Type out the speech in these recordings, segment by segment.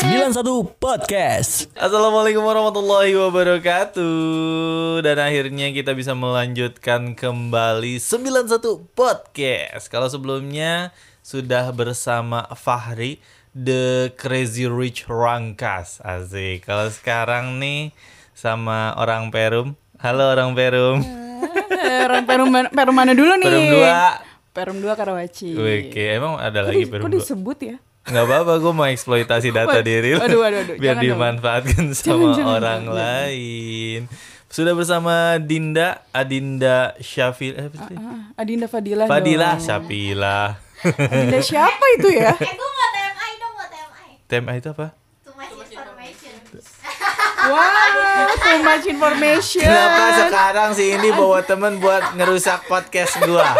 101 Podcast. Assalamualaikum warahmatullahi wabarakatuh Dan akhirnya kita bisa melanjutkan kembali 91 Podcast Kalau sebelumnya sudah bersama Fahri The Crazy Rich Rangkas Asik Kalau sekarang nih sama orang Perum Halo orang Perum Perum, Eh, perum, mana- perum mana dulu nih? Perum 2 Perum 2 Karawaci. Oke, emang ada lagi Iya. Kok Perum 2 disebut ya? Nggak apa-apa, gue mau eksploitasi data Waduh, diri lu waduh, waduh, waduh, Biar jangan dong. dimanfaatkan sama Jangan, jangan, orang jangan. lain Sudah bersama Dinda, Adinda Syafil eh, apa sih? Ah, Adinda Fadila. Fadilah Syafila Adinda siapa itu ya? Eh, gue mau TMI dong, mau TMI. TMA itu apa? Too much information. Wow, too much information. Kenapa sekarang sih ini bawa temen buat ngerusak podcast gua?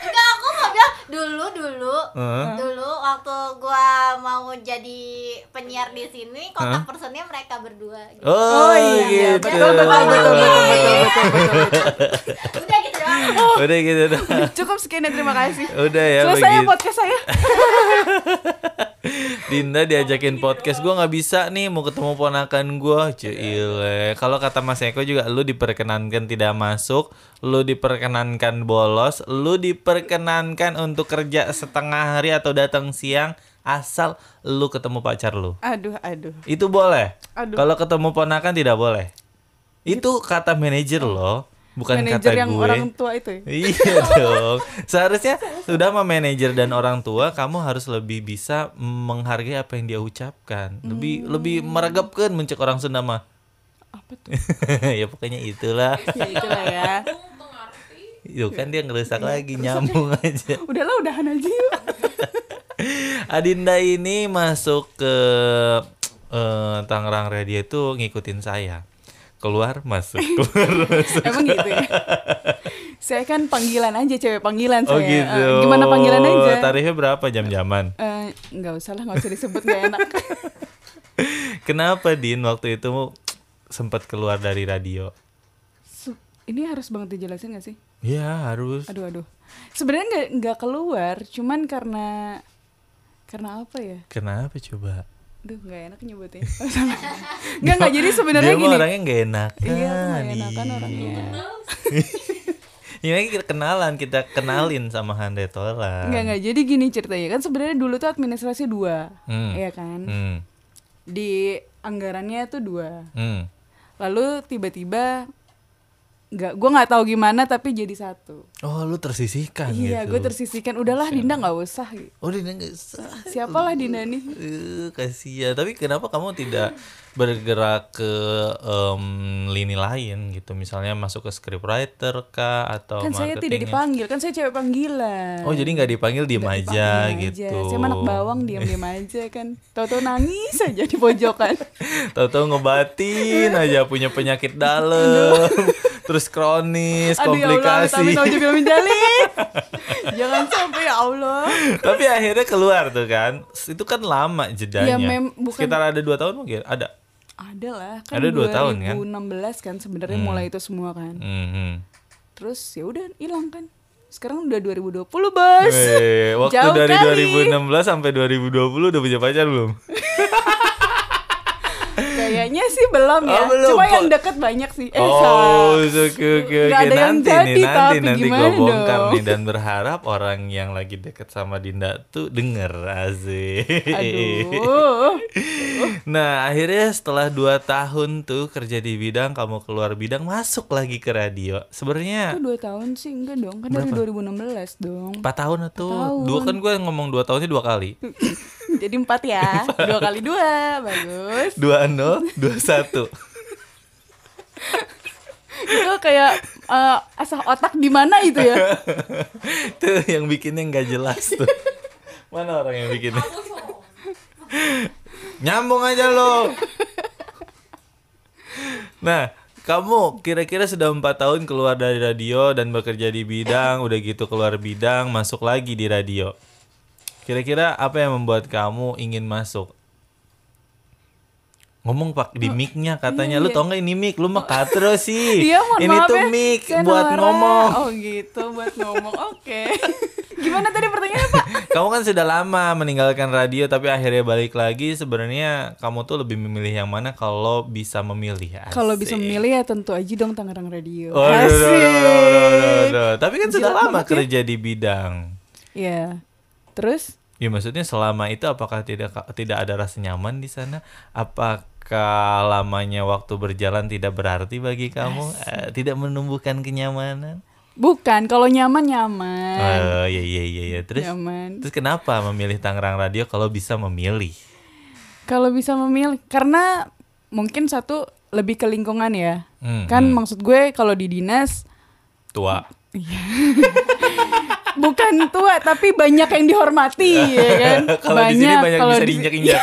Enggak, aku mau bilang dulu dulu. Heeh. Dulu waktu gua mau jadi penyiar di Hah? sini, kontak personnya mereka berdua. Gitu. Oh, iya, gitu. betul, betul, betul, betul, betul, betul, betul, betul. Udah gitu doang. Udah gitu doang. Cukup sekian dan terima kasih. Udah ya Selesai ya begitu. podcast saya. Dinda diajakin podcast gua nggak bisa nih mau ketemu ponakan gua cuile kalau kata Mas Eko juga lu diperkenankan tidak masuk lu diperkenankan bolos lu diperkenankan untuk kerja setengah hari atau datang siang asal lu ketemu pacar lu Aduh, aduh. itu boleh Aduh. Gitu. kalau ketemu ponakan tidak boleh itu kata manajer loh bukan kata Manajer yang gue orang tua itu ya? Iya dong. Seharusnya sudah sama manajer dan orang tua kamu harus lebih bisa menghargai apa yang dia ucapkan. Lebih lebih meregapkan mencek orang Sunda mah. Hmm. Apa tuh? ya pokoknya itulah. Ya itulah ya. Itu kan dia Iya, ngerusak lagi nyambung aja. Udahlah, udahan aja yuk. Adinda ini masuk ke eh, Tangerang Radio itu ngikutin saya. Keluar masuk. Keluar. Emang gitu ya? Saya kan panggilan aja, cewek panggilan saya. oh gitu. Eh, Gimana panggilan aja? Tarifnya berapa jam-jaman? Eh, nggak usah lah, nggak usah disebut nggak enak. Kenapa Din waktu itu sempat keluar dari radio? Se- Ini harus banget dijelasin nggak sih? Ya harus. Aduh aduh. Sebenarnya nggak nggak keluar, cuman karena karena apa ya? Kenapa coba? Duh nggak enak nyebutnya. nggak nggak jadi sebenarnya Dia mah gini. orangnya nggak enakan. Iya, aku nggak enakan orangnya. Ini lagi kita kenalan, kita kenalin sama Hande Tola. Nggak nggak jadi gini ceritanya kan sebenarnya dulu tuh administrasi dua, Hmm. Iya kan? Hmm. Di anggarannya tuh dua. Hmm. Lalu tiba-tiba nggak, gue nggak tahu gimana tapi jadi satu. Oh, lu tersisihkan Iya, gitu. gue tersisihkan. Udahlah, Dinda nggak usah. gitu. Oh, Dina nggak usah. Siapalah Dinda nih? Eh, kasihan. Tapi kenapa kamu tidak bergerak ke em, lini lain gitu? Misalnya masuk ke scriptwriter kah atau kan Oh, saya tidak marketing-nya? dipanggil kan saya cewek panggilan Oh, jadi nggak dipanggil diem aja Dipanggil gitu. saya mah anak bawang diam diam aja kan tahu-tahu nangis aja di pojokan Tahu-tahu ngebatin aja punya penyakit dalam, terus kronis, aduh ya Allah komplikasi. tapi tahu juga menjalin jangan sampai ya Allah Tapi akhirnya keluar tuh kan. Itu kan lama jedanya. Ya, mem- bukan- Sekitar ada dua tahun mungkin. Ada. ada lah kan Ada dua tahun, kan? Hmm. 2016 kan sebenarnya mulai itu semua kan Mhm. terus ya udah hilang kan sekarang udah 2020 bos Weh, waktu Jauh dari kali. 2016 sampai 2020 udah punya pacar belum? kayaknya sih belum ya Oh, belum, cuma yang Pak. deket banyak sih eh oh, Sa. oke oke Nggak oke. ada yang Nanti jadi, nih, nanti tapi nanti gue gimana bongkar dong? nih dan berharap orang yang lagi deket sama Dinda tuh denger asik. aduh Nah akhirnya setelah 2 tahun tuh kerja di bidang Kamu keluar bidang masuk lagi ke radio Itu Sebenarnya dua tahun sih enggak dong kan dari 2016 dong 4 tahun atau tahun. dua kan gue ngomong 2 tahunnya dua kali jadi empat ya dua kali dua bagus 2 0 2 1 itu kayak eh, asah otak di mana itu ya Tuh yang bikinnya nggak jelas tuh Mana orang yang bikinnya Nyambung aja lo Nah kamu kira-kira sudah empat tahun keluar dari radio dan bekerja di bidang, udah gitu keluar bidang, masuk lagi di radio. Kira-kira apa yang membuat kamu ingin masuk? ngomong pak di mic-nya katanya lu tau nggak ini mic lu mah katro sih Iya, mohon ini maaf tuh ya, mic saya buat Nora. ngomong Oh gitu, buat ngomong. Oke. Gimana tadi pertanyaannya, Pak? kamu kan sudah lama meninggalkan radio tapi akhirnya balik lagi sebenarnya kamu tuh lebih memilih yang mana kalau bisa memilih Asik. Kalau bisa memilih ya tentu aja dong Tangerang Radio. Waduh, waduh, waduh, waduh, waduh, Asik. waduh. tapi kan sudah Jilat lama banget ya. kerja di bidang Iya. Terus Ya maksudnya selama itu apakah tidak tidak ada rasa nyaman di sana? Apakah lamanya waktu berjalan tidak berarti bagi kamu? Eh, tidak menumbuhkan kenyamanan? bukan kalau nyaman nyaman. Eh, ya ya ya ya. Terus Nyaman. terus kenapa memilih Tangerang Radio kalau bisa memilih? Kalau bisa memilih karena mungkin satu lebih ke lingkungan ya. Hmm, Kan maksud gue kalau di dinas Tua. bukan tua tapi banyak yang dihormati ya kan. kalau di sini banyak kalau bisa di- Iya, diinjak-injak.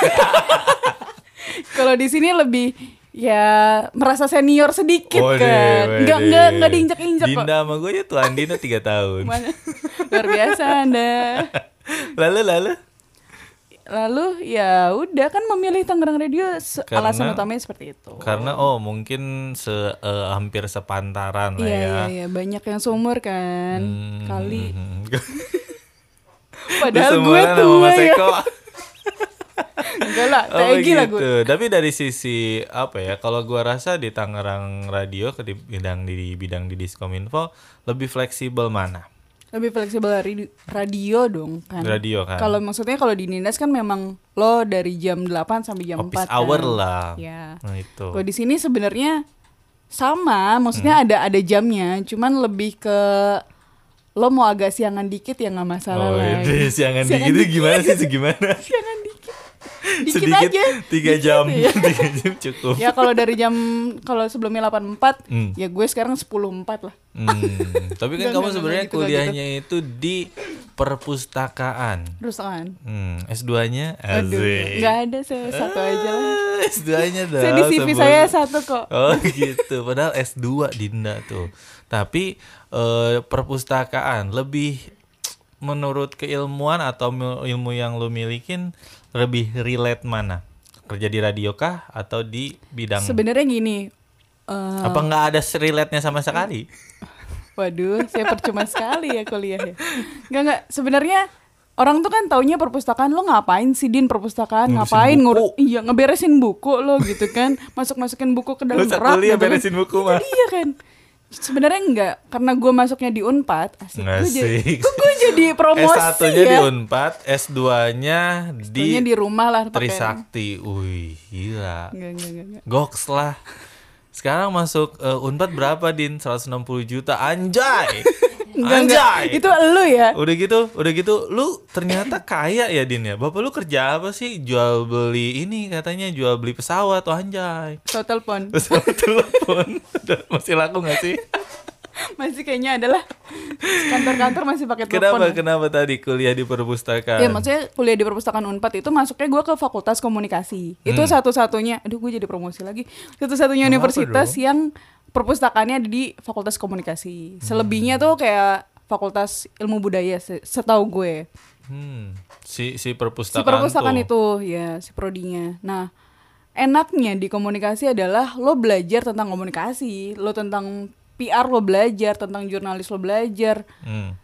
Kalau di sini lebih ya merasa senior sedikit Waduh, kan. waduh. Enggak enggak enggak diinjak-injak kok. Dinda sama gue ya tuan Dinda 3 tahun. Mana- Luar biasa Anda. Lalu lalu Lalu ya udah kan memilih Tangerang Radio se- Karena- alasan utamanya seperti itu. karena oh mungkin se eh, hampir sepantaran lah Iya ya. iya iya banyak yang seumur kan. Kali Hmm. padahal Lu gue seumuran sama tua Mas ya. Eko. Enggak lah, Apa kayak gila gue. gitu. Tapi dari sisi apa ya? Kalau gua rasa di Tangerang Radio ke di bidang di bidang di Diskominfo lebih fleksibel mana? Lebih fleksibel dari radio dong kan. Radio kan. Kalau maksudnya kalau di Nindas kan memang lo dari jam 8 sampai jam Office 4. hour kan. lah. Iya. Nah, itu. Kalau di sini sebenarnya sama, Hmm. maksudnya ada ada jamnya, cuman lebih ke lo mau agak siangan dikit ya nggak masalah Oh, lah. itu siangan Siangan dikit itu gimana sih segimana? Siangan dikit. Dikit Sedikit aja. tiga jam, tiga jam cukup. Ya kalau dari jam kalau sebelumnya 84, Hmm. ya gue sekarang 104 lah. Hmm, tapi kan kamu sebenarnya Enggak, enggak, enggak gitu, enggak kuliahnya itu di perpustakaan. Terus kan. Hmm, S2-nya Aduh, Asik. nggak ada saya satu aja lah. Eh, S2-nya dong. Saya di CV sebelum- saya satu kok. Oh gitu, padahal S2 Dinda tuh. Tapi eh, perpustakaan lebih menurut keilmuan atau mil- ilmu yang lu milikin lebih relate mana? Kerja di radio kah atau di bidang Sebenarnya gini, eh, apa nggak ada relate-nya sama sekali? Waduh, saya percuma sekali ya kuliah ya. Enggak enggak, sebenarnya orang tuh kan taunya perpustakaan lo ngapain sih Din perpustakaan Ngurusin ngapain buku. ngurus iya ngeberesin buku lo gitu kan masuk-masukin buku ke Lu dalam satu kuliah gitu kan. beresin buku mah. Iya kan. Sebenarnya enggak, karena gue masuknya di Unpad, asik. Gue jadi, Asik. kok gue jadi promosi S1-nya ya. di Unpad, S2-nya Taunya di di rumah lah pakai- Trisakti. Wih, gila. Enggak, enggak, enggak, enggak. Goks lah. Sekarang masuk eh, Unpad berapa, Din? 160 juta. Anjay. Enggak, enggak. Anjay. Itu elu ya. Udah gitu, udah gitu lu ternyata kaya ya, Din ya. Bapak lu kerja apa sih? Jual beli ini katanya jual beli pesawat. Oh, anjay. So telepon. Pesawat telepon. Masih laku gak sih? Masih kayaknya adalah kantor-kantor masih pakai telepon. Kenapa ya. kenapa tadi kuliah di perpustakaan? Ya maksudnya kuliah di perpustakaan Unpad itu masuknya gue ke Fakultas Komunikasi. Itu satu-satunya, aduh gue jadi promosi lagi. Satu-satunya universitas dong? yang perpustakaannya ada di Fakultas Komunikasi. Selebihnya tuh kayak Fakultas Ilmu Budaya se- setahu gue. Hmm, si si Si perpustakaan, perpustakaan tuh. itu ya si prodinya. Nah, enaknya di komunikasi adalah lo belajar tentang komunikasi, lo tentang PR lo belajar, tentang jurnalis lo belajar, Hmm.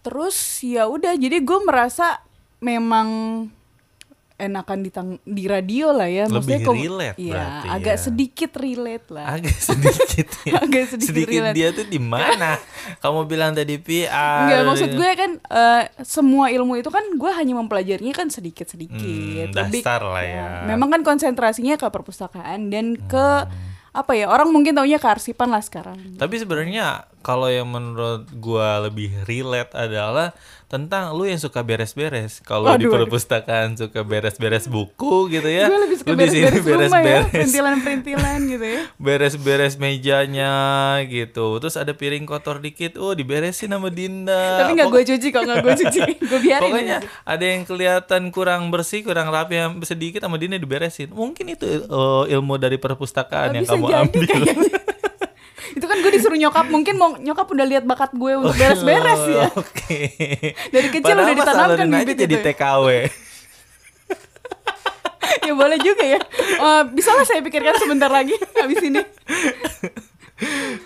terus ya udah jadi gue merasa memang enakan di tang- di radio lah ya Lebih kom- relate Iya, berarti agak ya. sedikit relate lah Agak sedikit ya. Agak sedikit relate. dia tuh di mana? Kamu bilang tadi PR. Enggak, maksud gue kan eh, semua ilmu itu kan gue hanya mempelajarinya kan sedikit-sedikit. Hmm, Lebih- dasar lah ya. Hmm. Memang kan konsentrasinya ke perpustakaan dan ke apa ya, orang mungkin taunya kearsipan lah sekarang. Tapi sebenarnya kalau yang menurut gua lebih relate adalah tentang lu yang suka beres-beres. Kalau di Waduh, waduh. perpustakaan suka beres-beres buku gitu ya. Gue lebih suka Lu di sini beres-beres rumah ya, perintilan-perintilan gitu ya. beres-beres mejanya gitu. Terus ada piring kotor dikit, oh diberesin sama Dinda. Tapi nggak Pokok- gue cuci kok, nggak gue cuci. Gue biarin. Eh, Pokoknya ada yang kelihatan kurang bersih, kurang rapi yang sedikit sama Dina diberesin. Mungkin itu eh, ilmu dari perpustakaan yang bisa kamu jadi ambil. kayaknya. itu kan gue disuruh nyokap mungkin mau nyokap udah lihat bakat gue untuk beres-beres ya Oh, Oke. Dari kecil Padahal Mas udah gitu ya. ditanamkan salurin aja bibit jadi itu ya. TKW. ya boleh juga ya. Eh, bisa lah saya pikirkan sebentar lagi habis ini.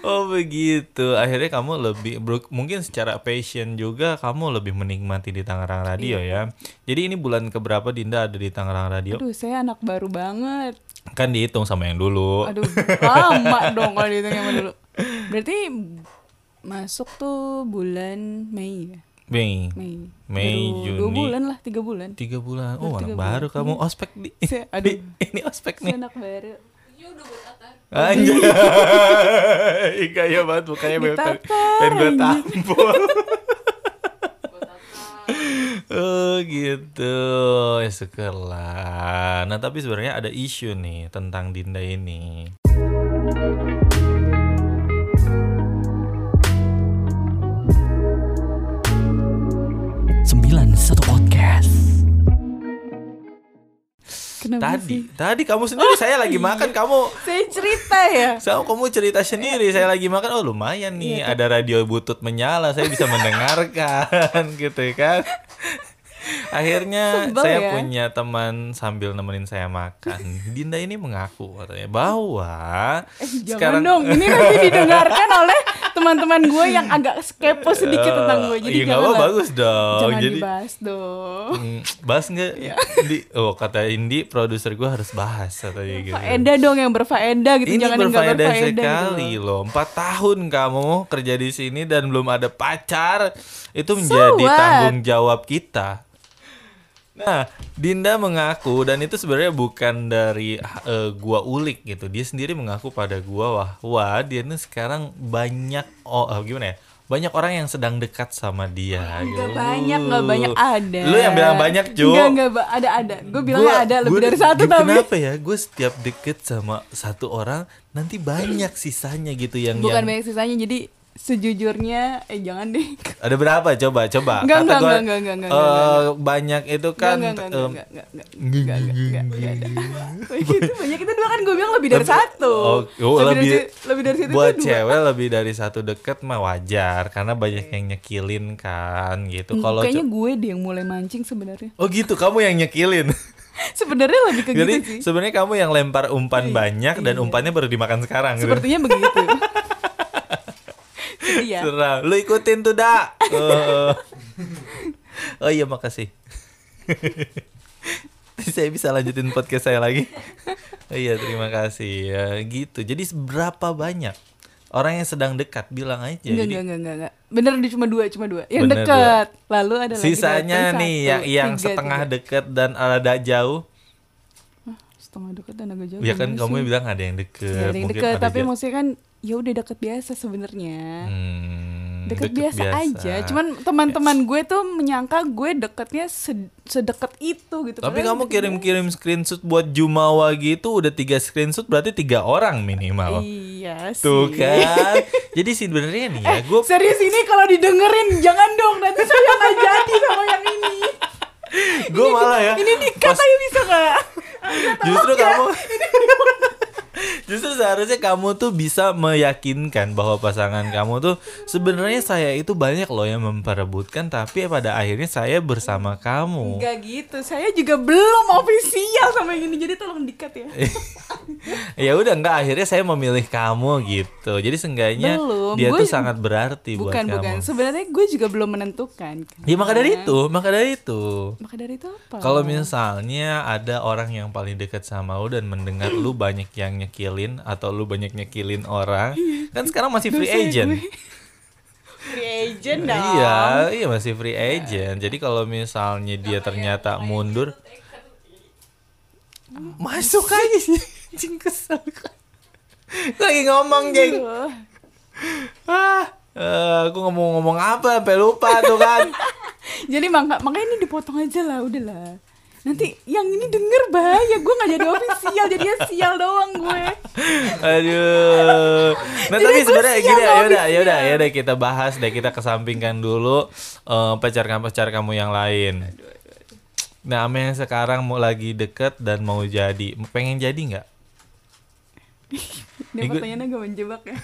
Oh begitu. Akhirnya kamu lebih bro- mungkin secara passion juga kamu lebih menikmati di Tangerang Radio Iya. ya. Jadi ini bulan keberapa Dinda ada di Tangerang Radio? Aduh, saya anak baru banget. Kan dihitung sama yang dulu. Aduh, lama dong kalau dihitung yang dulu. Berarti masuk tuh bulan Mei ya? Mei. Mei. Mei, Baru Dua Juni. bulan lah, tiga bulan. Tiga bulan. Oh, Baru anak tiga baru kamu ospek di. Saya- aduh. ini ospek Saya nih. anak baru. Anjay. Gaya banget mukanya pengen- Ditatar, pengen gue tampol. Oh gitu, ya syukurlah. Nah tapi sebenarnya ada isu nih tentang Dinda ini. satu Podcast Kenapa sih? Oh, Tadi, iya. tadi kamu sendiri saya lagi makan kamu, Saya cerita ya. sama kamu cerita sendiri saya lagi makan. Oh lumayan nih Iya, ada radio butut menyala, saya bisa mendengarkan gitu kan. Akhirnya Sebel saya ya. punya teman sambil nemenin saya makan. Dinda ini mengaku katanya bahwa Eh, Jangan sekarang dong, ini nanti didengarkan oleh teman-teman gue yang agak skepo sedikit tentang gue. Jadi Iya, nggak jangan apa lah. bagus dong. jangan Jadi dibahas Iya. dong. Mm, bahas nggak? Di, oh kata Indi, produser gue harus bahas katanya Iya, gitu. Faedah dong yang berfaedah gitu, Ini jangan yang nggak berfaedah berfaedah sekali gitu. loh. Empat tahun kamu kerja di sini dan belum ada pacar, itu menjadi what? tanggung jawab kita. Nah, Dinda mengaku dan itu sebenarnya bukan dari eh, gua ulik gitu. Dia sendiri mengaku pada gua wah, wah dia ini sekarang banyak oh eh, gimana ya? Banyak orang yang sedang dekat sama dia. Gak gitu. banyak, gak banyak ada. Lu yang bilang banyak, Ju. Gak, gak ada ada. Gue bilang Gua- ada lebih gua- dari satu kenapa tapi. Kenapa ya? Gue setiap deket sama satu orang, nanti banyak sisanya gitu yang Bukan yang- banyak sisanya, jadi sejujurnya eh jangan deh. Ada berapa? Coba, coba. Kata Enggak, enggak, gua, enggak, enggak, enggak, eh, enggak, banyak itu Gak, kan. gak, gak, em, gak, gak, gak, gak, gak, gak ada. Itu banyak itu dua kan gue bilang lebih dari satu. Oh, oh, lebih, lebih, dari, lebih dari situ buat itu dua. cewek lebih dari satu deket mah wajar karena banyak yang nyekilin kan gitu kalau ce- Hmm, kayaknya gue dia yang mulai mancing sebenarnya. oh gitu kamu yang nyekilin Sebenarnya lebih ke gitu sih. Iya, jadi sebenarnya kamu yang lempar umpan banyak dan umpannya baru dimakan sekarang gitu. Sepertinya begitu. Jadi ya. Serah. Lu ikutin tuh, Da. Oh, oh iya, makasih. saya bisa lanjutin podcast saya lagi. Oh iya, terima kasih. Ya, gitu. Jadi berapa banyak orang yang sedang dekat bilang aja. Enggak, Jadi, enggak, enggak, enggak, enggak. Bener di cuma dua, cuma dua. Yang Bener dekat. Lalu ada lagi sisanya datang nih ya, satu, yang yang tiga, setengah tiga. dekat dan ada jauh. Setengah dekat dan agak jauh. Ya kan gimana kamu sih? bilang ada yang Ada dekat, yang mungkin dekat, ada tapi jauh. maksudnya kan ya udah dekat biasa sebenarnya. Hmm, Deket, biasa, aja. Cuman teman-teman gue tuh menyangka gue deketnya sed- sedekat itu gitu. Tapi Padahal kamu deket kirim-kirim screenshot buat Jumawa gitu udah tiga screenshot berarti tiga orang biasa. minimal. Iya sih. Tuh kan. Jadi sebenarnya nih ya, gue Serius ini kalau didengerin jangan dong nanti saya nggak jadi sama yang ini. gue malah ya. Ini dikat pas- aja bisa nggak? justru ya. kamu Justru seharusnya kamu tuh bisa meyakinkan bahwa pasangan kamu tuh sebenarnya saya itu banyak loh yang memperebutkan tapi pada akhirnya saya bersama kamu. Gak gitu. Saya juga belum ofisial sama yang ini jadi tolong dikat ya. Eh, ya udah enggak akhirnya saya memilih kamu gitu. Jadi seenggaknya Belum, dia gua- tuh sangat berarti buat Bukan kamu. bukan. Sebenarnya gue juga belum menentukan. Ya maka dari itu, maka dari itu. Maka dari itu apa? Kalau misalnya ada orang yang paling dekat sama lu dan mendengar lu banyak yang nyekilin atau lu banyak nyekilin orang, kan sekarang masih free agent. free agent dong. Iya, iya masih free agent. Jadi kalau misalnya dia ternyata mundur, masuk aja Ah, sih. Jing kesel. Lagi ngomong, Jeng. Aduh. Ah, eh, aku ngomong-ngomong apa sampai lupa tuh kan. Jadi maka, makanya ini dipotong aja lah, udahlah. Nanti yang ini denger bahaya, gue gak jadi official, jadinya sial doang gue. Aduh. Nah, Jadi tapi gue sebenarnya sial gini ya sama udah ya Visia. udah ya udah kita bahas deh kita kesampingkan dulu eh, pacar kamu pacar kamu yang lain. Nah, ama yang sekarang mau lagi deket dan mau jadi, pengen jadi nggak? Dia Ya, gua- pertanyaannya gak menjebak ya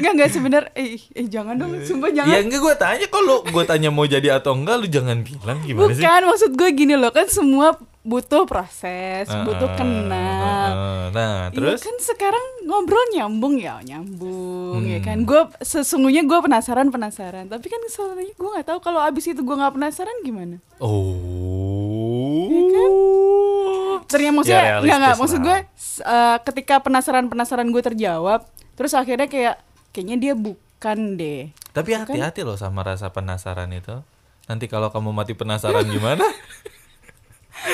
Enggak, enggak sebenernya eh, eh jangan dong, sumpah Ya jangan enggak gue tanya kok lu gue tanya mau jadi atau enggak lu jangan bilang gimana sih? Bukan, maksud gue gini loh Kan semua butuh proses, Ah, butuh kenal ah, ah. Nah, Iya terus kan sekarang ngobrol nyambung ya nyambung ya Hmm. kan gue sesungguhnya gue penasaran penasaran tapi kan soalnya gue nggak tahu kalau abis itu gue nggak penasaran gimana oh. Iya kan? ternyata Ya, maksudnya realistis nggak nggak maksud lah. gue s- eh, ketika penasaran penasaran gue terjawab terus akhirnya kayak kayaknya dia bukan deh Tapi hati-hati loh sama rasa penasaran itu. Nanti kalau kamu mati penasaran gimana?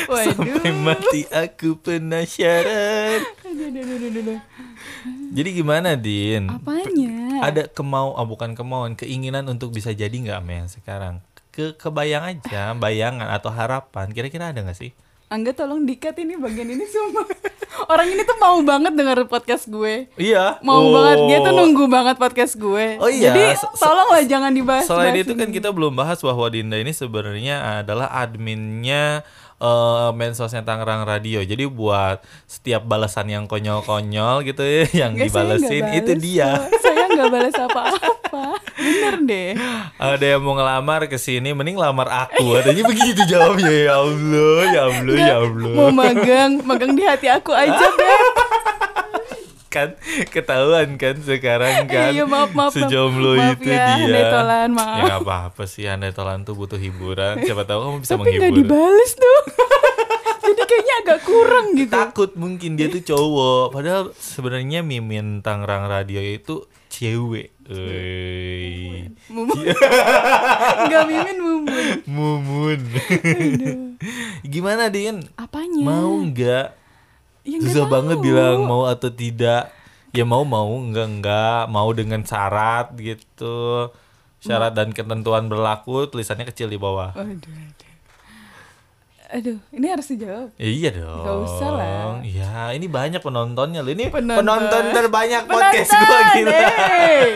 waduh Sampai mati aku penasaran. aduh, aduh, aduh, aduh, aduh. Jadi gimana, Din? apanya Ada kemau, ah, bukan kemauan, keinginan untuk bisa jadi nggak men sekarang? Ke kebayang aja, bayangan atau harapan. Kira-kira ada nggak sih? Angga tolong dikat ini bagian ini semua orang ini tuh mau banget denger podcast gue Iya. mau Oh. banget dia tuh nunggu banget podcast gue. Oh iya, Jadi so- so- tolonglah jangan dibahas. Selain itu kan kita belum bahas bahwa Dinda ini sebenarnya adalah adminnya eh, mensosnya Tangerang Radio. Jadi buat setiap balasan yang konyol-konyol gitu ya yang dibalesin itu dia. Saya nggak balas apa-apa. Bener deh. Ada yang mau ngelamar ke sini mending lamar aku. Adanya begitu jawabnya ya Allah, ya Allah, ya Allah. Mau magang, magang di hati aku aja deh. Kan ketahuan kan sekarang kan. Iya, maaf, maaf, maaf. Sejomblo Maaf itu ya, dia. Andai Tolan, maaf. Ya nggak apa-apa sih Andai Tolan tuh butuh hiburan. Siapa tahu kamu bisa Tapi nggak menghibur. dibales tuh. Jadi kayaknya agak kurang gitu. takut mungkin dia tuh cowok padahal sebenarnya mimin Tangerang radio itu cewek Euy. Mumun. Nggak mimin mumun. mumun gimana din Apanya? mau nggak Ya, nggak susah tahu. banget bilang mau atau tidak ya mau mau enggak enggak mau dengan syarat gitu syarat dan ketentuan berlaku tulisannya kecil di bawah Aduh, aduh. Aduh, ini harus dijawab. Ya iya dong. Nggak usah lah. Ya, ini banyak penontonnya loh. Ini penonton, Penonton. terbanyak podcast gua Penonton, gila. eh.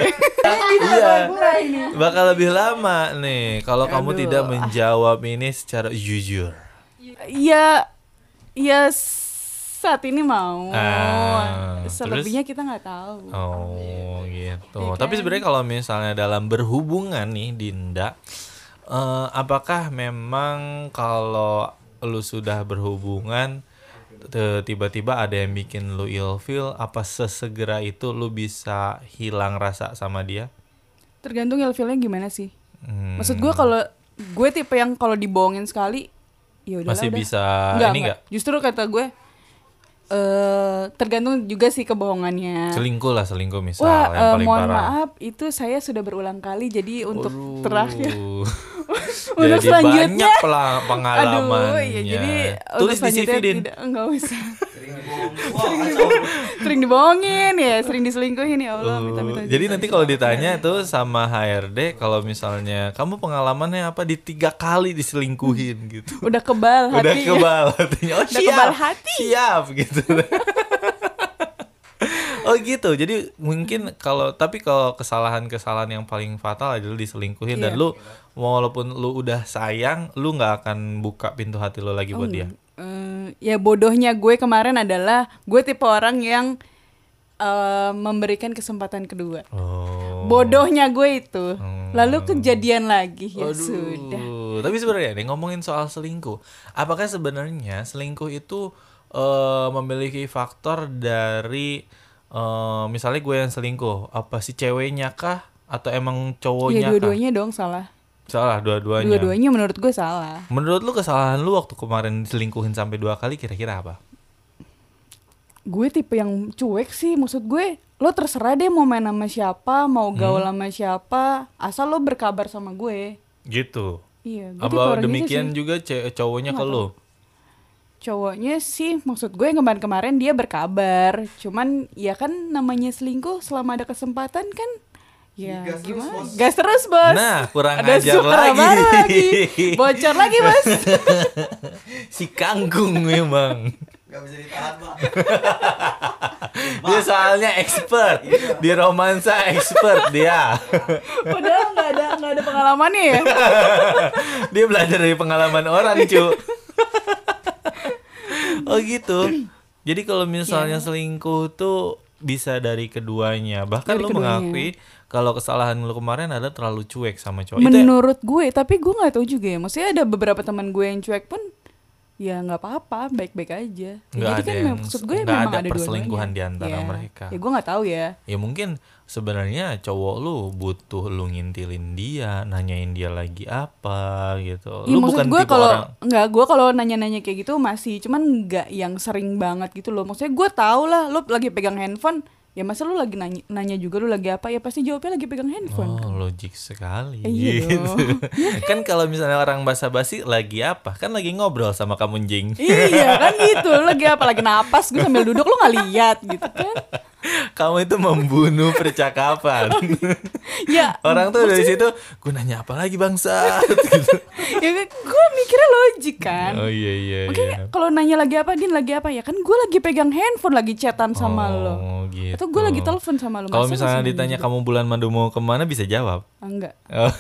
Iya. Bakal lebih lama nih kalau kamu Aduh, tidak ah. menjawab ini secara jujur. Iya, iya s- saat ini mau. Ah, Selebihnya kita nggak tahu. Oh, Iya gitu. kan? Tapi sebenarnya kalau misalnya dalam berhubungan nih Dinda, eh, apakah memang kalau lu sudah berhubungan te- tiba-tiba ada yang bikin lu ilfeel apa sesegera itu lu bisa hilang rasa sama dia? Tergantung ilfilnya gimana sih. Hmm, Maksud gue kalau gue tipe yang kalau dibohongin sekali, ya udah. masih bisa ini enggak? Justru kata gue, eh tergantung juga sih kebohongannya. Selingkuh lah, selingkuh misal Wah, yang eh, paling mohon parah. maaf, itu saya sudah berulang kali. Jadi untuk Aduh. terakhir. Jadi Untuk selanjutnya. banyak pela- pengalamannya. Aduh, ya jadi untuk tulis di CV selanjutnya Din. tidak enggak usah. sering dibohongin ya, sering diselingkuhin ya Allah, minta minta. Oh, Jadi nanti kalau ditanya tuh sama HRD kalau misalnya kamu pengalamannya apa di tiga kali diselingkuhin gitu. udah kebal hatinya. Udah kebal hatinya. Oh, Hmm. Udah siap. kebal hati. Siap gitu. oh gitu. Jadi mungkin kalau tapi kalau kesalahan-kesalahan yang paling fatal adalah diselingkuhin dan Iya. lu walaupun lu udah sayang, lu nggak akan buka pintu hati lu Oh, lagi buat dia. Eh, ya bodohnya gue kemarin adalah gue tipe orang yang eh, memberikan kesempatan kedua. Oh. Hmm. Bodohnya gue itu. Lalu kejadian lagi ya Aduh, sudah. Tapi sebenarnya nih ngomongin soal selingkuh, apakah sebenarnya selingkuh itu eh, memiliki faktor dari eh, misalnya gue yang selingkuh, apa si ceweknya kah atau emang ya cowoknya kah? dua-duanya dong salah. Salah dua-duanya. Dua-duanya menurut gue salah. Menurut lu kesalahan lu waktu kemarin selingkuhin sampai dua kali kira-kira apa? gue tipe yang cuek sih maksud gue lo terserah deh mau main sama siapa mau gaul Hmm. sama siapa asal lo berkabar sama gue Gitu. iya gue tipe Apa orang gitu demikian sih. Iya, juga ce- cowoknya ke lu? cowoknya sih maksud gue yang kemarin-kemarin dia berkabar cuman ya kan namanya selingkuh selama ada kesempatan kan ya gimana gas terus bos Nah, kurang ada ajar lagi. suara baru lagi bocor lagi bos si kangkung ya, memang Gak bisa ditahan Dia soalnya expert Di romansa expert dia padahal nggak ada nggak ada pengalamannya ya Dia belajar dari pengalaman orang cu Iya. Oh gitu Jadi kalau misalnya selingkuh tuh bisa dari keduanya. Bahkan Dari lu keduanya. mengakui kalau kesalahan lu kemarin adalah terlalu cuek sama cowok. Itu ya- menurut gue tapi gue nggak tahu juga ya maksudnya ada beberapa teman gue yang cuek pun ya nggak apa-apa baik-baik aja Nggak Ya, ada jadi kan yang- memang- maksud gue nggak memang ada dua-duanya. perselingkuhan di antara Ya. mereka. ya gue nggak tahu ya Ya mungkin sebenarnya cowok lu butuh lu ngintilin dia, nanyain dia lagi apa gitu. Ya, lu maksud bukan gue tipe kalau orang nggak gue kalau nanya-nanya kayak gitu masih cuman nggak yang sering banget gitu loh maksudnya gue tau lah lo lagi pegang handphone ya masa lu lagi nanya, nanya juga lu lagi apa ya pasti jawabnya lagi pegang handphone Oh, logik sekali. Eh, iya gitu. kan kalau misalnya orang basa-basi lagi apa? Kan lagi ngobrol sama kamu, Jing. iya kan gitu lu lagi apa lagi napas gue sambil duduk lu nggak lihat gitu kan Kamu itu membunuh percakapan. ya orang tuh dari situ, gue nanya apa lagi bangsa? ya gue mikirnya logik kan oh iya iya Mungkin iya. kalau nanya lagi apa Din lagi apa ya kan gue lagi pegang handphone lagi chatan sama lo Oh, gitu. atau gue lagi telepon sama lo Kalau Masa misalnya masih ditanya nanya? kamu bulan madu mau kemana bisa jawab. Ah, enggak Oh,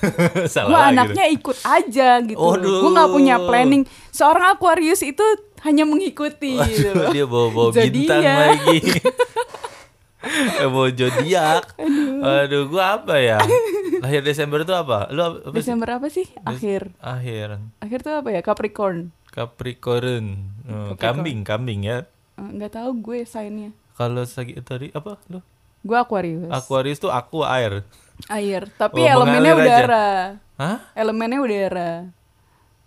Salah lagi gue tuh. anaknya ikut aja gitu gitu. Waduh. gue nggak punya planning seorang Aquarius itu hanya mengikuti gitu Aduh, loh. dia bawa-bawa Zodiac. bintang lagi. Eh, bawa zodiak. Aduh, gua apa ya? Lahir Desember itu apa? Lu apa- apa sih? Desember apa sih akhir Akhir akhir tuh apa ya Capricorn Capricorn. Eh, Kambing, kambing ya. Eh, nggak tahu gue signnya Kalau Sagittarius apa lu? gue Aquarius Aquarius tuh aku air. air tapi Oh, mengalir elemennya aja. udara Hah? elemennya udara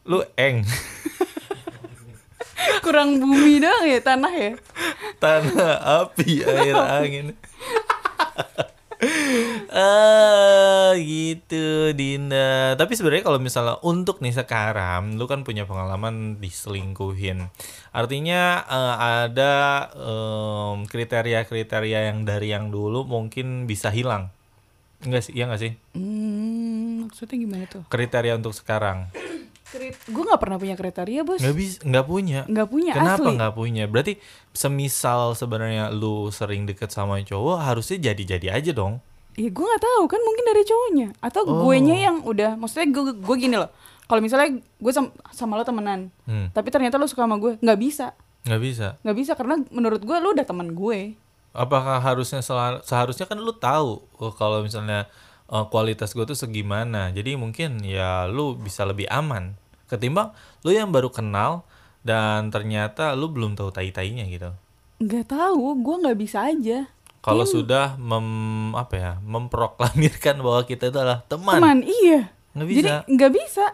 Lu eng. kurang bumi doang ya tanah ya Tanah, api, air, angin. Eh gitu Dinda. Tapi sebenarnya kalau misalnya untuk nih sekarang lu kan punya pengalaman diselingkuhin. Artinya eh, ada em, kriteria-kriteria yang dari yang dulu mungkin bisa hilang. Enggak sih, iya enggak sih? Hmm, maksudnya gimana tuh? Kriteria untuk sekarang. Gue nggak pernah punya kriteria bos. Nggak bisa, nggak punya. Nggak punya Kenapa Iya, asli. nggak punya? Berarti semisal sebenarnya lu sering deket sama cowok harusnya jadi-jadi aja dong. Ya gue nggak tahu kan mungkin dari cowoknya atau Oh. gue nya yang udah. Maksudnya gue gue gini loh. Kalau misalnya gue sama, sama lo temenan, Hmm. tapi ternyata lo suka sama gue, nggak bisa, Nggak bisa. nggak bisa karena menurut gue lo udah teman gue. Apakah harusnya sela- seharusnya kan lu tahu oh, kalau misalnya eh, kualitas gue tuh segimana. Jadi mungkin ya lu bisa lebih aman ketimbang lu yang baru kenal dan ternyata lu belum tahu tai-tainya gitu. Nggak tahu, gue nggak bisa aja. Kalau Iya. sudah mem apa ya, memproklamirkan bahwa kita itu adalah teman. Teman, iya. Nggak Jadi bisa. Oh. nggak bisa.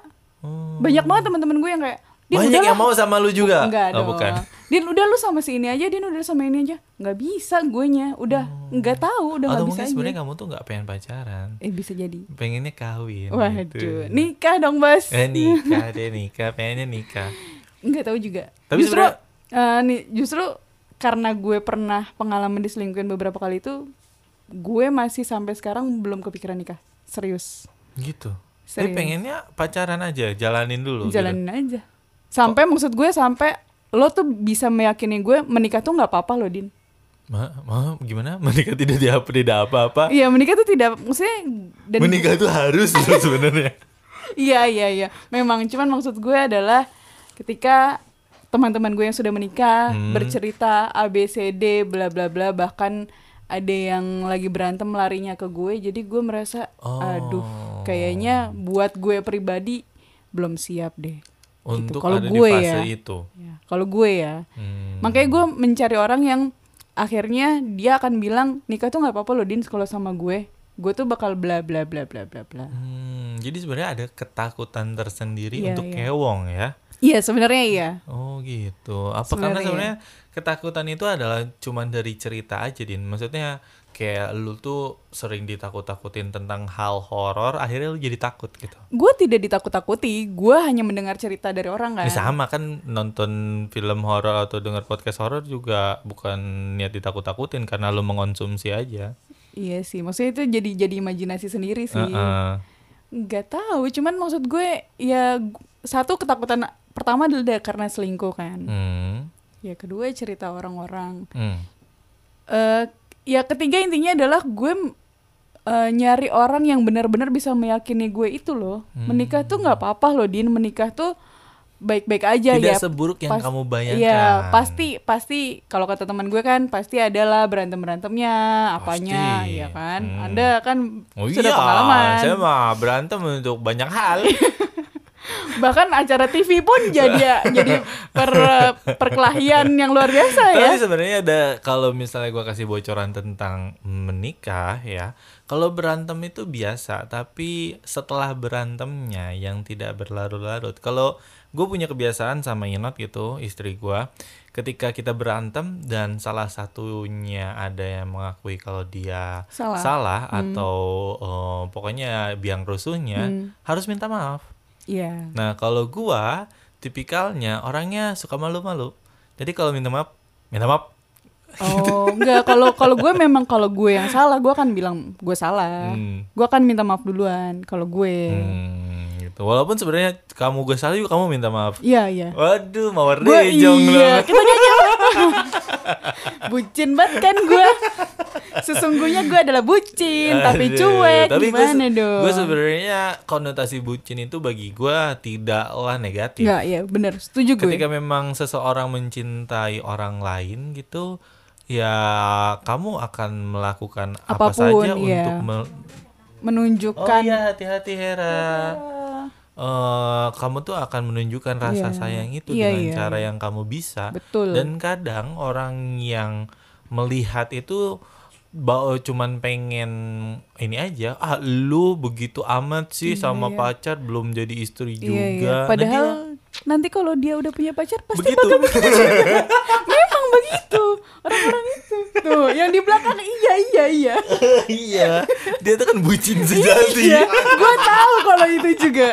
Banyak banget teman-teman gue yang kayak. "Din, Banyak ya udahlah." yang mau sama lu juga. Enggak Oh, dong. bukan. Din udah lu sama si ini aja, Din udah sama ini aja. Nggak bisa gue nya, udah nggak tahu, udah Oh. Atau nggak bisa mungkin aja. sebenarnya kamu tuh nggak pengen pacaran, Eh bisa jadi. pengennya kawin. Waduh, gitu. nikah dong bos. Eh, nikah deh nikah, pengennya nikah. Nggak tahu juga. Tapi justru, sebenarnya- eh, nih justru karena gue pernah pengalaman diselingkuhin beberapa kali itu, gue masih sampai sekarang belum kepikiran nikah. Serius, Gitu. Tapi Serius. pengennya pacaran aja, jalanin dulu. gitu. jalanin aja. Sampai maksud gue sampai lo tuh bisa meyakini gue menikah tuh nggak apa-apa lo din. Ma, ma, gimana? Menikah tidak di tidak apa-apa. Iya menikah tuh tidak maksudnya dan Menikah itu harus loh sebenarnya. Iya iya iya. Memang cuman maksud gue adalah ketika teman-teman gue yang sudah menikah Hmm. bercerita A B C D bla bla bla bahkan ada yang lagi berantem larinya ke gue jadi gue merasa aduh Oh. kayaknya buat gue pribadi belum siap deh. Untuk Gitu, Kalau ada gue di fase ya. itu. Ya, kalau gue ya. Hmm. Makanya gue mencari orang yang akhirnya dia akan bilang nikah tuh nggak apa-apa loh Din kalau sama gue. Gue tuh bakal bla bla bla bla bla bla. Hmm, jadi sebenarnya ada ketakutan tersendiri Iya, untuk iya. kewong ya. Iya sebenarnya iya. Oh gitu. Apa karena sebenarnya Sebenarnya. iya. ketakutan itu adalah cuman dari cerita aja din. Maksudnya kayak lu tuh sering ditakut-takutin tentang hal horor, akhirnya lu jadi takut gitu. gue tidak ditakut-takuti gue hanya mendengar cerita dari orang kan Ya sama kan nonton film horor atau dengar podcast horor juga bukan niat ditakut-takutin karena lu mengonsumsi aja. iya sih maksudnya itu jadi jadi imajinasi sendiri sih Heeh. nggak tahu cuman maksud gue ya gu- satu ketakutan pertama adalah dari- karena selingkuh kan Hmm. ya kedua cerita orang-orang Hmm. eh ya ketiga intinya adalah gue m- eh, nyari orang Hmm. yang benar-benar bisa meyakini gue itu loh menikah tuh nggak apa-apa loh din menikah tuh baik-baik aja Tidak ya. seburuk yang Pas- kamu bayangkan. Iya, pasti pasti kalau kata teman gue kan pasti adalah berantem-berantemnya, apanya, Pasti. ya kan? Hmm. Anda kan Oh sudah iya, pengalaman. saya mah berantem untuk banyak hal. Bahkan acara TV pun jadi jadi per- perkelahian yang luar biasa ya. Tapi sebenarnya ada kalau misalnya gua kasih bocoran tentang menikah ya, kalau berantem itu biasa, tapi setelah berantemnya yang tidak berlarut-larut. Kalau gue punya kebiasaan sama Inat gitu, istri gua, ketika kita berantem dan salah satunya ada yang mengakui kalau dia Salah. atau eh, pokoknya biang rusuhnya Hmm. harus minta maaf. Iya. Nah, kalau gua tipikalnya orangnya suka malu-malu. Jadi kalau minta maaf, minta maaf. Oh, enggak kalau kalau gue memang kalau gue yang salah, gue akan bilang gue salah. Hmm. Gue akan minta maaf duluan kalau gue. Hmm, gitu. Walaupun sebenarnya kamu gue salah juga kamu minta maaf. Iya, iya. Waduh, mawar Gua deh jomblo. iya, kita nyanyi apa? bucin banget kan gue sesungguhnya gue adalah bucin kan, tapi Aduh, cuek tapi gua gimana se- dong Gue sebenarnya konotasi bucin itu bagi gua tidaklah negatif. nggak ya bener setuju gue Ketika memang seseorang mencintai orang lain gitu, ya kamu akan melakukan apa Apapun, saja iya. untuk mel- menunjukkan Oh iya hati-hati Hera. Iya. Eh, kamu tuh akan menunjukkan rasa Iya. sayang itu Iya, dengan iya, cara yang kamu bisa. Betul. Dan kadang orang yang melihat itu bahwa cuman pengen ini aja ah lu begitu amat sih sama pacar belum jadi istri juga Nah, iya, iya. Nanti padahal nanti, kalau dia udah punya pacar pasti begitu memang begitu orang-orang itu tuh yang di belakang iya iya iya iya dia tuh kan bucin sejati iya gue tahu kalau itu juga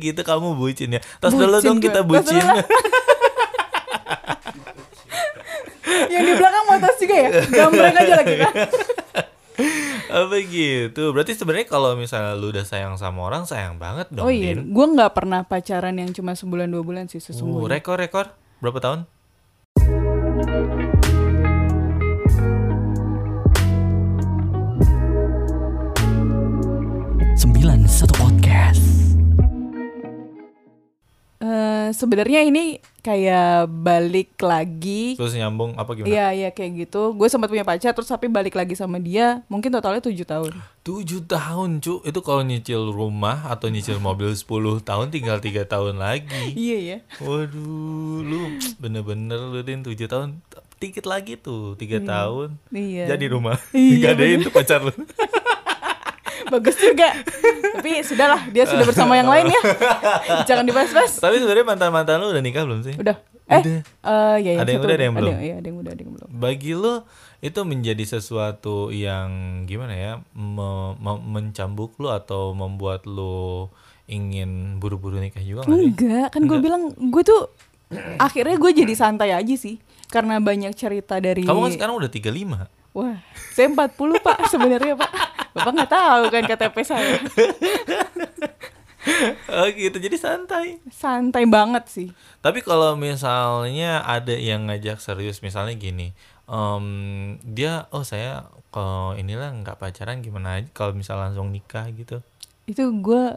gitu kamu bucin ya terus dulu Bucin dong gue. kita Tos dulu bucin lah. yang di belakang mau tas juga ya gambreng aja lagi kan apa gitu berarti sebenarnya kalau misalnya lu udah sayang sama orang sayang banget dong Oh iya, Din. gue nggak pernah pacaran yang cuma sebulan dua bulan sih Uh, sesungguhnya. rekor rekor berapa tahun satu Podcast Eh, Sebenarnya ini kayak balik lagi. terus nyambung apa gimana Iya iya kayak gitu. Gue sempat punya pacar terus tapi balik lagi sama dia. Mungkin totalnya tujuh tahun. tujuh tahun cu itu kalau nyicil rumah atau nyicil mobil 10 tahun tinggal tiga tahun lagi Iya ya. waduh lu bener-bener lu din tujuh tahun dikit lagi tuh tiga tahun Hmm. Iya. jadi rumah Iya, gadein tuh pacar lu Bagus juga. tapi sudahlah dia sudah bersama yang lain ya. Jangan dibahas-bahas. tapi sebenarnya mantan mantan lu udah nikah belum sih Udah. Eh, Udah. eh, ya, Ada yang satu udah, ada yang belum? Iya, ada yang udah, ada yang belum. bagi lo itu menjadi sesuatu yang gimana ya me- me- mencambuk lo atau membuat lo ingin buru-buru nikah juga nggak sih? Enggak, kan gue bilang gue tuh akhirnya gue jadi santai aja sih karena banyak cerita dari Kamu kan sekarang udah 35 Wah, saya 40 pak sebenarnya pak. Bapak nggak tahu kan KTP saya. Oh gitu, jadi santai Santai banget sih. Tapi kalau misalnya ada yang ngajak serius Misalnya gini em, Dia, oh saya kalau inilah nggak pacaran gimana aja Kalau misalnya langsung nikah gitu Itu gue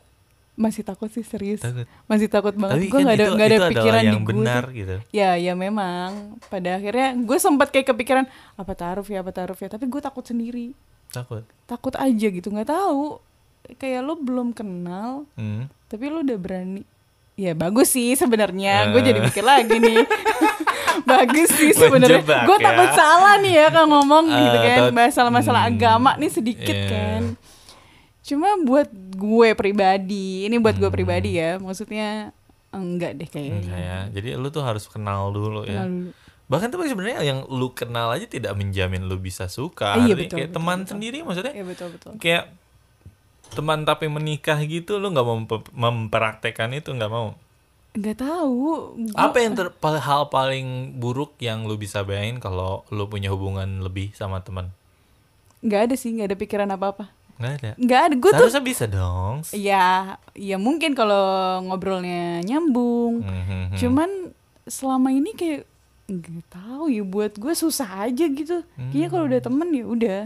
masih takut sih serius. Takut. Masih takut Tapi banget. kan Gue nggak ada itu, nggak ada itu pikiran adalah yang di gue. benar tuh. gitu Ya, ya memang. Pada akhirnya gue sempat kayak kepikiran apa taruh ya, apa taruh ya. Tapi gue takut sendiri. Takut Takut aja gitu, nggak tahu. Kayak lo belum kenal, Hmm. tapi lo udah berani. Ya bagus sih sebenarnya. Gue Eh. jadi mikir lagi nih. bagus sih sebenarnya. Menjebak Gue ya. takut salah nih ya kalau ngomong gitu Eh, kan tau- masalah masalah hmm, agama nih sedikit iya. kan. Cuma buat gue pribadi, ini buat gue Hmm. pribadi ya. Maksudnya enggak deh Enggak kayaknya. ya. Jadi lu tuh harus kenal dulu ya. Iya. Kenal dulu. Bahkan tapi sebenarnya yang lu kenal aja tidak menjamin lu bisa suka. Eh, iya, Artinya betul, kayak betul, teman betul. sendiri maksudnya. Ya betul betul. Kayak teman tapi menikah gitu lu nggak mempe- mempraktekkan itu nggak mau. Enggak tahu. Gua- Apa yang ter- pal- hal paling buruk yang lu bisa bayangin kalau lu punya hubungan lebih sama teman? Enggak ada sih, enggak ada pikiran apa-apa. Nggak ada. Enggak ada. Gue tuh Seharusnya bisa dong. ya ya mungkin kalau ngobrolnya nyambung. Mhm. Cuman selama ini kayak Hmm. nggak tahu ya buat gue susah aja gitu. Kayaknya kalau udah temen ya udah.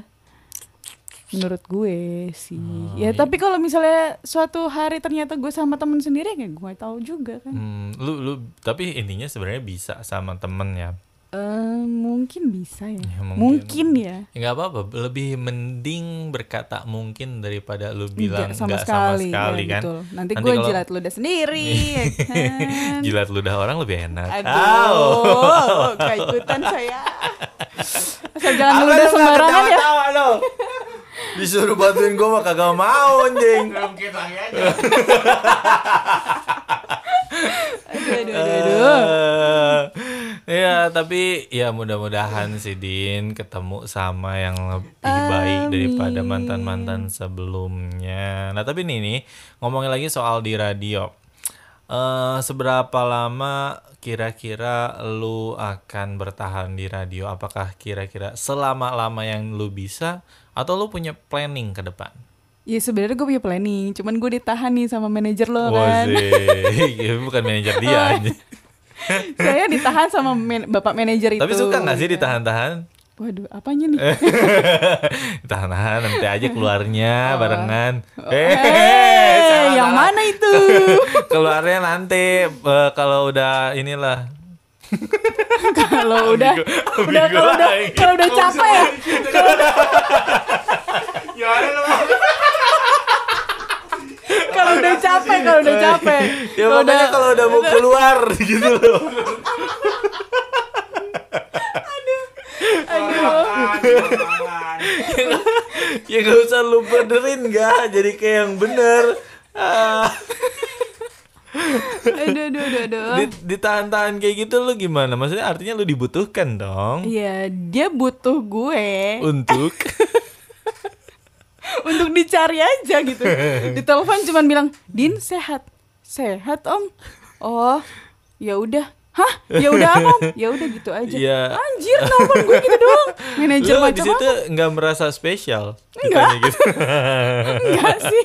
menurut gue sih Oh, iya. ya tapi kalau misalnya suatu hari ternyata gue sama temen sendiri kayak gue tahu juga kan Hmm, lu lu tapi intinya sebenarnya bisa sama temen ya. Eh, mungkin bisa ya, Ya, mungkin. mungkin. ya Ya, nggak apa-apa, lebih mending berkata mungkin daripada lu bilang Nggak nggak sama sekali, ya, kan. betul. nanti, Nanti gue kalau- jilat ludah sendiri ya kan? Jilat ludah orang lebih enak. Au. aduh keikutan saya asal jangan Apa ludah lu nggak Kan sembarangan ya ketawa-tawa lu? Disuruh bantuin gue mah kagak mau anjing. Mungkin lagi aja. aduh aduh aduh, aduh. Eh, ya, tapi ya mudah-mudahan si Din ketemu sama yang lebih baik daripada mantan-mantan sebelumnya. Nah, tapi ini nih ngomongin lagi soal di radio. Eh, seberapa lama kira-kira lu akan bertahan di radio? Apakah kira-kira selama-lama yang lu bisa atau lu punya planning ke depan? ya sebenarnya gue punya planning cuman gue ditahan nih sama manajer lo kan Wazih, bukan manajer dia anjing. saya ditahan sama men- bapak manajer itu Tapi suka nggak sih Eh, ditahan-tahan? waduh apanya nih Tahan-tahan nanti aja keluarnya barengan. Eh, Oh. Eh, salah, yang salah. mana itu Keluarnya nanti eh, kalau udah inilah. kalau udah udah ambigu kalau lagi. udah kalau udah capek ya gitu? Ya ada lah. kalau udah capek kalau udah capek Ya pokoknya kalau udah mau keluar gitu loh. ya nggak usah lu benerin nggak jadi kayak yang bener. Ah, aduh aduh aduh aduh di- ditahan-tahan kayak gitu lu gimana? Maksudnya artinya lu dibutuhkan dong. Iya, dia butuh gue Untuk untuk dicari aja gitu. Ditelepon cuman bilang, "Din, sehat." "Sehat, Om." "Oh, ya udah." "Hah? Ya udah, apa, Om." "Ya udah gitu aja." Iya. Anjir, nelpon gue gitu doang. Manajer lu di macam situ apa? nggak merasa spesial. Nggak. Ditanya gitu. Enggak sih.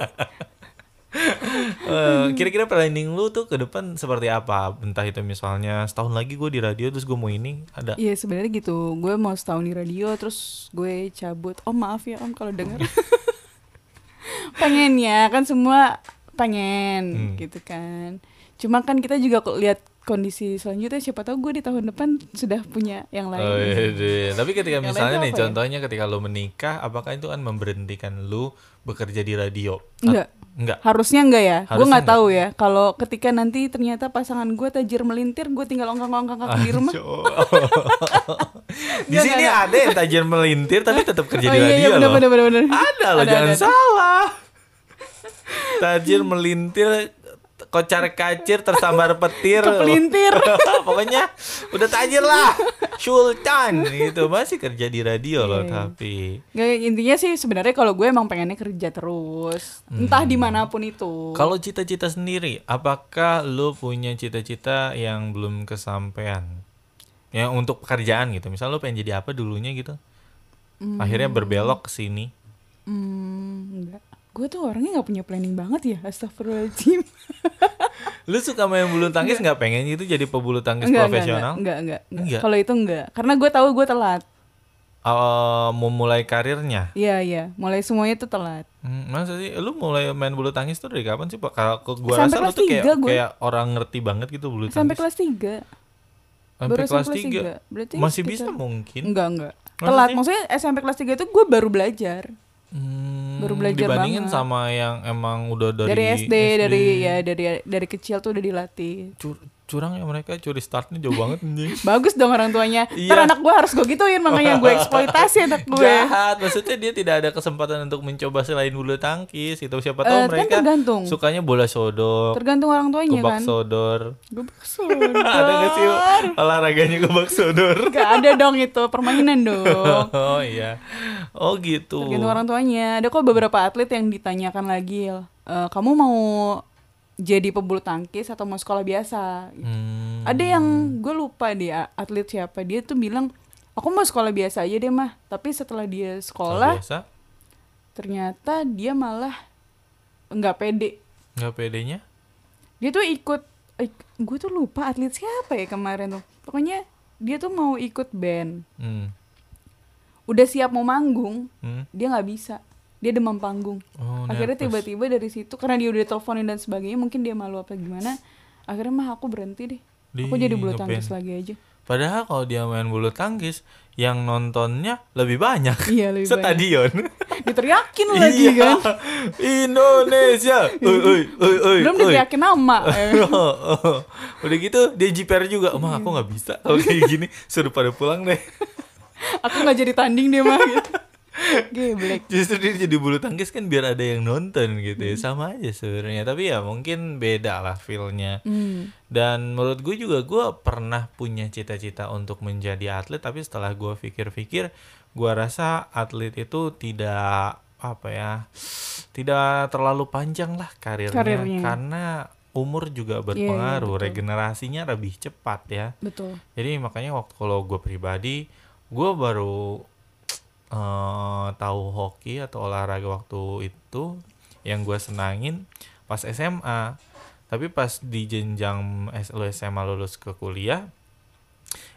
Eh, kira-kira planning lu tuh ke depan seperti apa? Entah itu misalnya setahun lagi gue di radio terus gue mau ini ada. Iya, sebenarnya gitu. Gue mau setahun di radio terus gue cabut. "Om, maaf ya, Om kalau denger." pengen ya, kan semua Hmm. pengen gitu kan. Cuma kan kita juga kok lihat kondisi selanjutnya siapa tahu gue di tahun depan sudah punya yang lain. Oh, iya, iya. Tapi ketika Yang lain misalnya tuh nih apa ya? contohnya ketika lu menikah, apakah itu kan memberhentikan lu bekerja di radio? Enggak. Enggak. Harusnya enggak ya? Gue Harusnya nggak tahu ya. Kalau ketika nanti ternyata pasangan gue tajir melintir, gue tinggal ongkang-ongkang kaki Ah, di rumah. di sini ada yang tajir melintir tapi tetap kerja di iya, radio iya, bener, loh. bener, bener, bener. Ada loh, Ada, jangan ada. salah. Tajir melintir kocar kacir tersambar petir Kepelintir. pokoknya udah tajir lah sultan gitu masih kerja di radio Iya, loh tapi Nggak, intinya sih sebenarnya kalau gue emang pengennya kerja terus, Hmm. entah dimanapun itu. kalau cita-cita sendiri apakah lu punya cita-cita yang belum kesampaian ya untuk pekerjaan gitu misal lu pengen jadi apa dulunya gitu akhirnya berbelok ke sini Hmm, enggak. Gue tuh orangnya nggak punya planning banget ya, astagfirullahaladzim. lu suka main bulu tangkis nggak pengen gitu jadi pebulu tangkis enggak, enggak, enggak, profesional enggak, enggak, enggak. Enggak. Kalau itu enggak, karena gue tahu gue telat. Eh, memulai karirnya Iya, iya, mulai semuanya tuh telat. Hmm, masa sih lu mulai main bulu tangkis tuh dari kapan sih Pak? Kalau ke- gua Sampai rasa lu kelas tuh kayak tiga gua. kayak orang ngerti banget gitu bulu tangkis. Sampai kelas 3. Sampai baru kelas sampai kelas tiga. tiga. Berarti Masih bisa sekitar- mungkin. Enggak, enggak. Maksudnya? Telat. Maksudnya SMP kelas 3 itu gue baru belajar. Hmm, Baru belajar dibandingin banget. sama yang emang udah dari, Dari, SD, dari ya dari dari kecil tuh udah dilatih. Cur- curang ya mereka curi startnya jauh banget anjing. Bagus dong orang tuanya. Iya. Ntar anak gue harus gue gituin makanya gue eksploitasi anak gue. Jahat, maksudnya dia tidak ada kesempatan untuk mencoba selain bulu tangkis gitu. Siapa tahu Eh, kan mereka tergantung. sukanya bola sodok, Tergantung orang tuanya kebak kan. sodor. Gue ada gak sih olahraganya kebak sodor? Gak ada dong itu permainan dong. Oh iya. Oh gitu. Tergantung orang tuanya. Ada kok beberapa atlet yang ditanyakan lagi, "Eh, kamu mau jadi pebulu tangkis atau mau sekolah biasa? Gitu. Hmm. Ada yang gue lupa dia atlet siapa dia tuh bilang aku mau sekolah biasa aja deh mah. Tapi setelah dia Kalau sekolah biasa ternyata dia malah nggak pede. nggak pedenya Dia tuh ikut, gue tuh lupa atlet siapa ya kemarin tuh. Pokoknya dia tuh mau ikut band. hmm. Udah siap mau manggung, Hmm. dia nggak bisa. dia demam panggung Oh, akhirnya nervous. tiba-tiba dari situ karena dia udah teleponin dan sebagainya mungkin dia malu apa gimana akhirnya mah aku berhenti deh aku Di- jadi bulu ngeband. tangkis lagi aja Padahal kalau dia main bulu tangkis, yang nontonnya lebih banyak. Iya, lebih banyak. Setadion. diteriakin lagi Iya. kan Iya. Indonesia. Ui, ui, ui, ui, belum ui. diteriakin nama Oh, oh. Udah gitu dia jiper juga. Emang aku nggak bisa kalau kayak gini. Suruh pada pulang deh. aku nggak jadi tanding dia mah gitu. geblek Justru dia jadi bulu tangkis kan biar ada yang nonton gitu ya. Sama aja sebenarnya. Tapi ya mungkin beda lah feel-nya. Dan menurut gue juga gue pernah punya cita-cita untuk menjadi atlet. Tapi setelah gue pikir-pikir, gue rasa atlet itu tidak apa ya tidak terlalu panjang lah karirnya, Karirnya. karena umur juga berpengaruh regenerasinya lebih cepat ya betul jadi makanya waktu kalau gue pribadi gue baru eh, tahu hoki atau olahraga waktu itu yang gue senangin pas SMA tapi pas di jenjang S- lu SMA lulus ke kuliah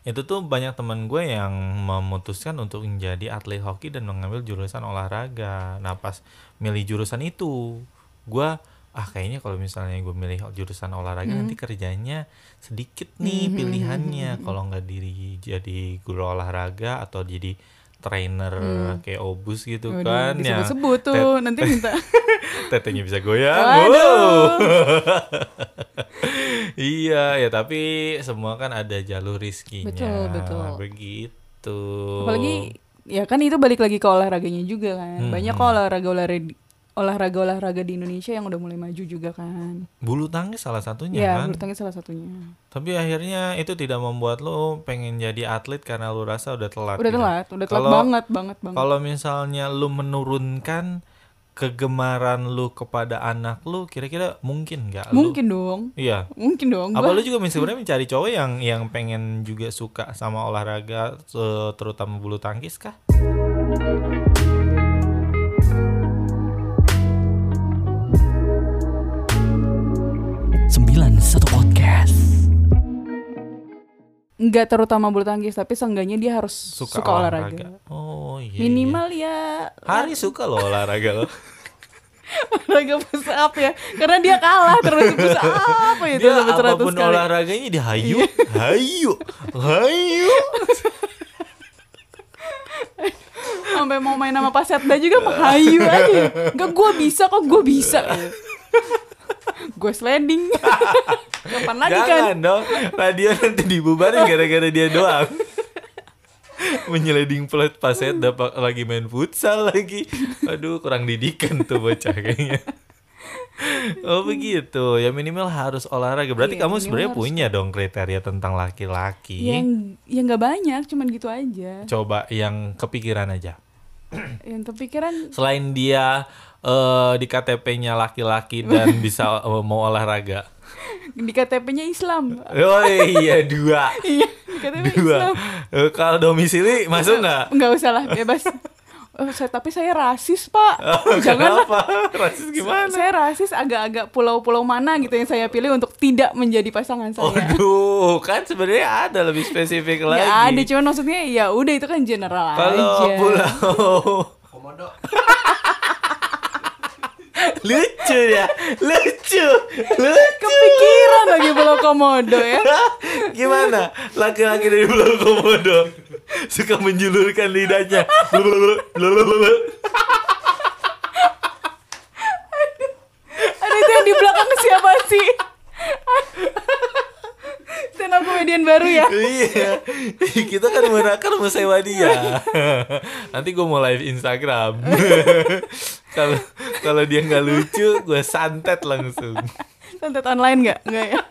itu tuh banyak teman gue yang memutuskan untuk menjadi atlet hoki dan mengambil jurusan olahraga nah pas milih jurusan itu gue ah kayaknya kalau misalnya gue milih jurusan olahraga Hmm. nanti kerjanya sedikit nih pilihannya hmm. kalau nggak diri jadi guru olahraga atau jadi trainer kayak obus gitu Hmm. Waduh, kan ya disebut-sebut tuh Tet- nanti minta tetenya bisa goyang Wow. waduh iya ya tapi semua kan ada jalur rizkinya Betul, betul. begitu apalagi ya kan itu balik lagi ke olahraganya juga Hmm. kan banyak kok olahraga olahraga olahraga olahraga di Indonesia yang udah mulai maju juga kan bulu tangkis salah satunya ya kan bulu tangkis salah satunya tapi akhirnya itu tidak membuat lo pengen jadi atlet karena lo rasa udah telat udah gitu. telat udah telat Kalau- banget banget banget kalau misalnya lo menurunkan kegemaran lo kepada anak lo kira-kira mungkin nggak lo- mungkin dong iya mungkin dong Apa gua lu juga sebenarnya mencari cowok yang yang pengen juga suka sama olahraga eh, terutama bulu tangkis kah? satu Podcast nggak terutama bulu tangkis tapi seenggaknya dia harus suka, olahraga. Oh iya. iya. minimal ya Hari suka lo olahraga lo. olahraga push up ya karena dia kalah terus push up itu Dia sampai 100 apapun kali olahraganya dia hayu, hayu, hayu. sampai mau main sama Pak Setda juga menghayu aja enggak gue bisa kok gue bisa gue sliding kapan lagi kan Jangan dong, radio nanti dibubarin gara-gara dia doang. Menyeleding pelat paset dapat lagi main futsal lagi. Aduh, kurang didikan tuh bocah kayaknya. Oh begitu, ya minimal harus olahraga. Berarti kamu Iya, minimal sebenarnya harus. Iya, punya dong kriteria tentang laki-laki. yang yang Ya, nggak banyak cuman gitu aja Coba yang kepikiran aja. yang kepikiran Selain dia eh, di KTP-nya laki-laki dan bisa eh, mau olahraga. di KTP-nya Islam Oh iya dua. iya di KTP dua Islam Eh, kalau domisili masuk nggak nggak usah lah bebas Oh, saya, tapi saya rasis pak Oh, jangan kenapa rasis gimana saya rasis agak-agak pulau-pulau mana gitu yang saya pilih untuk tidak menjadi pasangan saya Waduh, kan sebenarnya ada lebih spesifik lagi. ya ada cuman maksudnya ya udah itu kan general Kalau aja pulau lucu ya, lucu, lucu. kepikiran lagi pulau komodo ya Gimana? Laki-laki dari Pulau Komodo suka menjulurkan lidahnya. Lulululu. ada itu yang di belakang siapa sih stand up comedian baru ya Iya, kita kan merakar mau sewa dia. Nanti gue mau live Instagram. Kalau kalau dia nggak lucu, gue santet langsung. santet online nggak nggak ya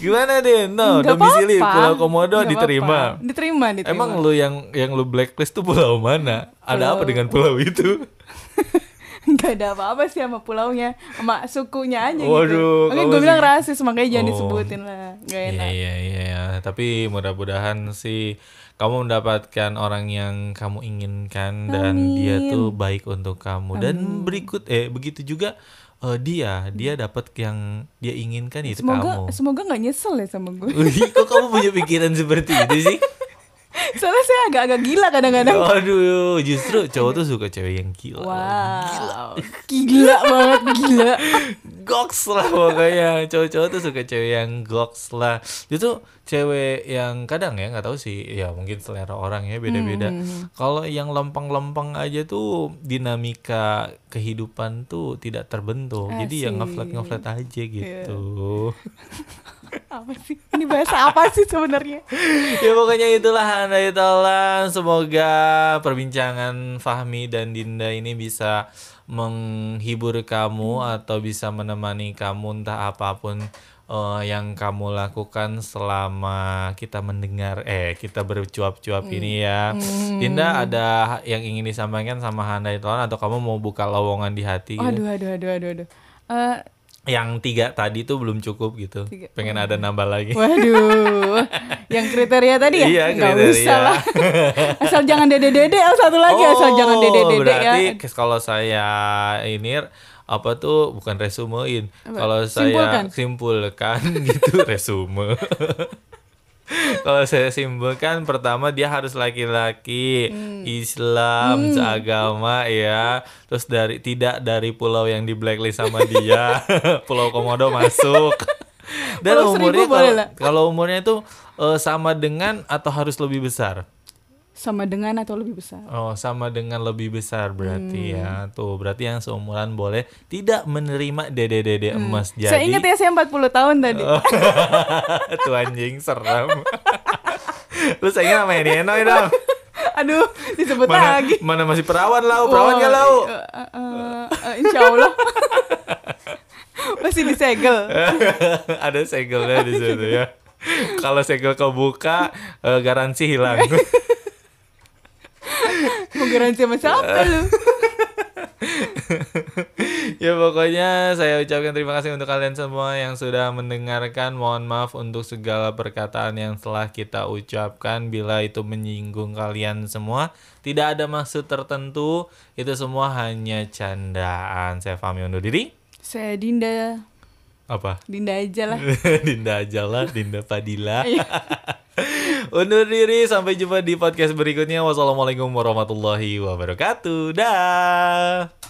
Gimana deh, no Nggak Oh, domisili apa-apa. Pulau Komodo Nggak diterima. apa-apa. diterima diterima Emang lu yang yang lu blacklist tuh pulau mana? Ada apa Pulau- dengan pulau itu? nggak ada apa-apa sih sama pulaunya sama sukunya aja Waduh, gitu makanya kamu gue bilang sih- rasis makanya jangan Oh. disebutin lah nggak Iya enak iya iya. iya. Tapi mudah-mudahan sih kamu mendapatkan orang yang kamu inginkan dan dia tuh baik untuk kamu. Dan berikut eh begitu juga eh, dia dia dapat yang dia inginkan itu semoga kamu. semoga nggak nyesel ya sama gue Wih, kok kamu punya pikiran seperti itu sih? Soalnya saya agak-agak gila Oh, kadang-kadang. Aduh, justru cowok tuh suka cewek yang gila. Wow. Gila banget gila. Goks lah pokoknya. Cowok-cowok tuh suka cewek yang goks lah. Justru cewek yang kadang ya nggak tahu sih, ya mungkin selera orang ya beda-beda. Kalau yang lempeng-lempeng aja tuh dinamika kehidupan tuh tidak terbentuk. Jadi ya Asik. ngeflat-ngeflat aja gitu. Apa sih? Ini bahasa apa sih sebenarnya? ya pokoknya itulah Andai Tolan Semoga perbincangan Fahmi dan Dinda ini bisa menghibur kamu Hmm. atau bisa menemani kamu entah apapun eh, yang kamu lakukan selama kita mendengar eh kita bercuap-cuap Hmm. ini ya. Dinda ada yang ingin disampaikan sama Handai Tolan atau kamu mau buka lowongan di hati gitu? Aduh, aduh, aduh, aduh, aduh. Eh, Yang tiga tadi tuh belum cukup gitu. Tiga. Oh. Pengen ada nambah lagi. waduh. Yang kriteria tadi ya? Iya, Nggak kriteria. Oh, usah lah. asal jangan dede-dede, asal satu lagi asal jangan dede-dede ya. berarti kes- kalau saya ini apa tuh bukan resumein. Apa? Kalau saya Simpulkan. simpulkan gitu resume. kalau saya simpulkan pertama dia harus laki-laki, Hmm. Islam, seagama ya. Terus dari tidak dari pulau yang di blacklist sama dia. pulau Komodo masuk. Dan Pulau Seribu umurnya boleh kalau- lah. kalau umurnya itu eh, sama dengan atau harus lebih besar? Sama dengan atau lebih besar. Oh, sama dengan lebih besar berarti Hmm. ya. Tuh, berarti yang seumuran boleh tidak menerima dede-dede emas. Jadi Hmm. Oh. Saya ingat ya saya 40 tahun tadi. Tuh anjing serem. Lu sayangnya sama Eni Enoy dong. Aduh, disebut Mana, lagi. ya, mana masih perawan lau, perawan gak Wah, lau? eh, eh, eh, eh, insya Allah. Masih disegel. Ada segelnya di situ ya. Kalau segel kebuka, eh, garansi hilang. Mau garansi sama siapa lu? ya pokoknya saya ucapkan terima kasih untuk kalian semua yang sudah mendengarkan. Mohon maaf untuk segala perkataan yang telah kita ucapkan bila itu menyinggung kalian semua. Tidak ada maksud tertentu. Itu semua hanya candaan. Saya Fahmi undur diri. Saya Dinda. Apa? Dinda aja lah. Dinda aja lah, Dinda Padilla. undur diri sampai jumpa di podcast berikutnya. Wassalamualaikum warahmatullahi wabarakatuh. Dah.